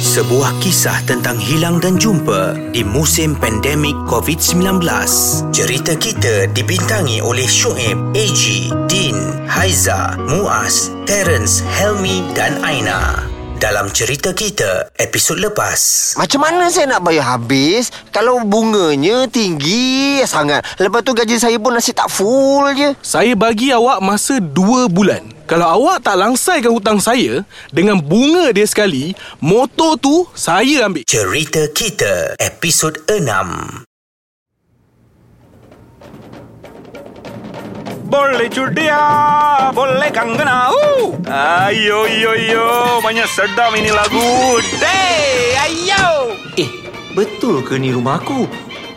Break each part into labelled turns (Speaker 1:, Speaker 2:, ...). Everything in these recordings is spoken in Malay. Speaker 1: Sebuah kisah tentang hilang dan jumpa di musim pandemik COVID-19. Cerita kita dibintangi oleh Shoaib, AG, Din, Haiza, Muaz, Terence, Helmi dan Aina. Dalam cerita kita episod lepas.
Speaker 2: Macam mana saya nak bayar habis Kalau bunganya tinggi sangat Lepas tu gaji saya pun nasi tak full je
Speaker 3: Saya bagi awak masa 2 bulan. Kalau awak tak langsaikan hutang saya dengan bunga dia sekali, motor tu saya ambil.
Speaker 1: Cerita kita episod 6.
Speaker 4: Boleh cudia, boleh kanggana. Uh. Ayo, yo, yo, banyak sedap ini lagu. Dey, ayo.
Speaker 5: Eh, betul ke ni rumah aku?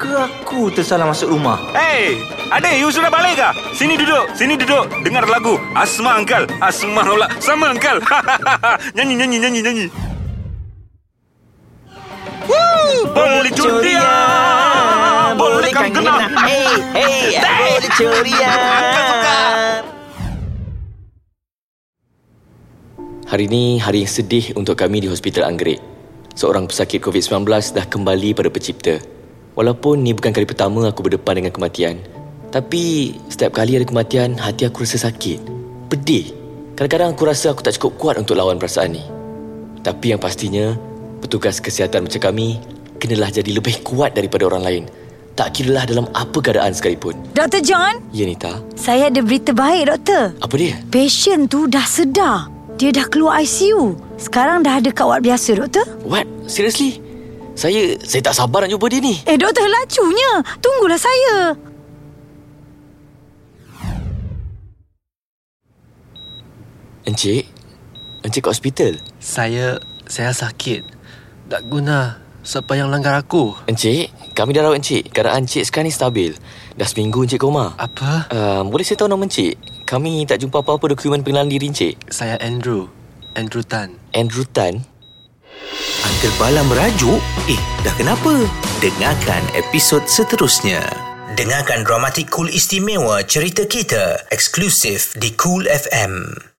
Speaker 5: Ke aku tersalah masuk rumah?
Speaker 4: Hey, adik, you sudah balik kah? Sini duduk, sini duduk. Dengar lagu. Asma Angkal, Asma Rola, sama Angkal. nyanyi, nyanyi, nyanyi, nyanyi. Woo, boleh cudia, boleh kanggana.
Speaker 5: Hey, hey, boleh ceria.
Speaker 6: Hari ini hari yang sedih untuk kami di Hospital Anggerik. Seorang pesakit COVID-19 dah kembali pada pencipta. Walaupun ni bukan kali pertama aku berdepan dengan kematian. Tapi setiap kali ada kematian, hati aku rasa sakit. Pedih. Kadang-kadang aku rasa aku tak cukup kuat untuk lawan perasaan ni. Tapi yang pastinya, petugas kesihatan macam kami kenalah jadi lebih kuat daripada orang lain. Tak kiralah dalam apa keadaan sekalipun.
Speaker 7: Dr. John,
Speaker 6: Ya Nita,
Speaker 7: saya ada berita baik, Doktor.
Speaker 6: apa dia?
Speaker 7: Pasien tu dah sedar. Dia dah keluar ICU. Sekarang dah ada kat ward biasa, Doktor.
Speaker 6: What? Seriously? Saya saya tak sabar nak jumpa dia ni.
Speaker 7: Eh, Doktor, lacunya. Tunggulah saya.
Speaker 6: Encik, encik kat hospital.
Speaker 8: Saya saya sakit. Tak guna
Speaker 5: Ah,
Speaker 8: siapa yang langgar aku.
Speaker 6: Encik, kami dah rawat encik. Keadaan encik sekarang ni stabil. Dah seminggu encik koma.
Speaker 8: Apa?
Speaker 6: Uh, boleh saya tahu nama encik? Kami tak jumpa apa-apa dokumen pengenalan diri encik.
Speaker 8: Saya Andrew. Andrew Tan.
Speaker 6: Andrew Tan.
Speaker 1: Uncle Bala merajuk? Eh, dah kenapa? Dengarkan episod seterusnya. Dengarkan dramatik cool istimewa cerita kita eksklusif di Cool FM.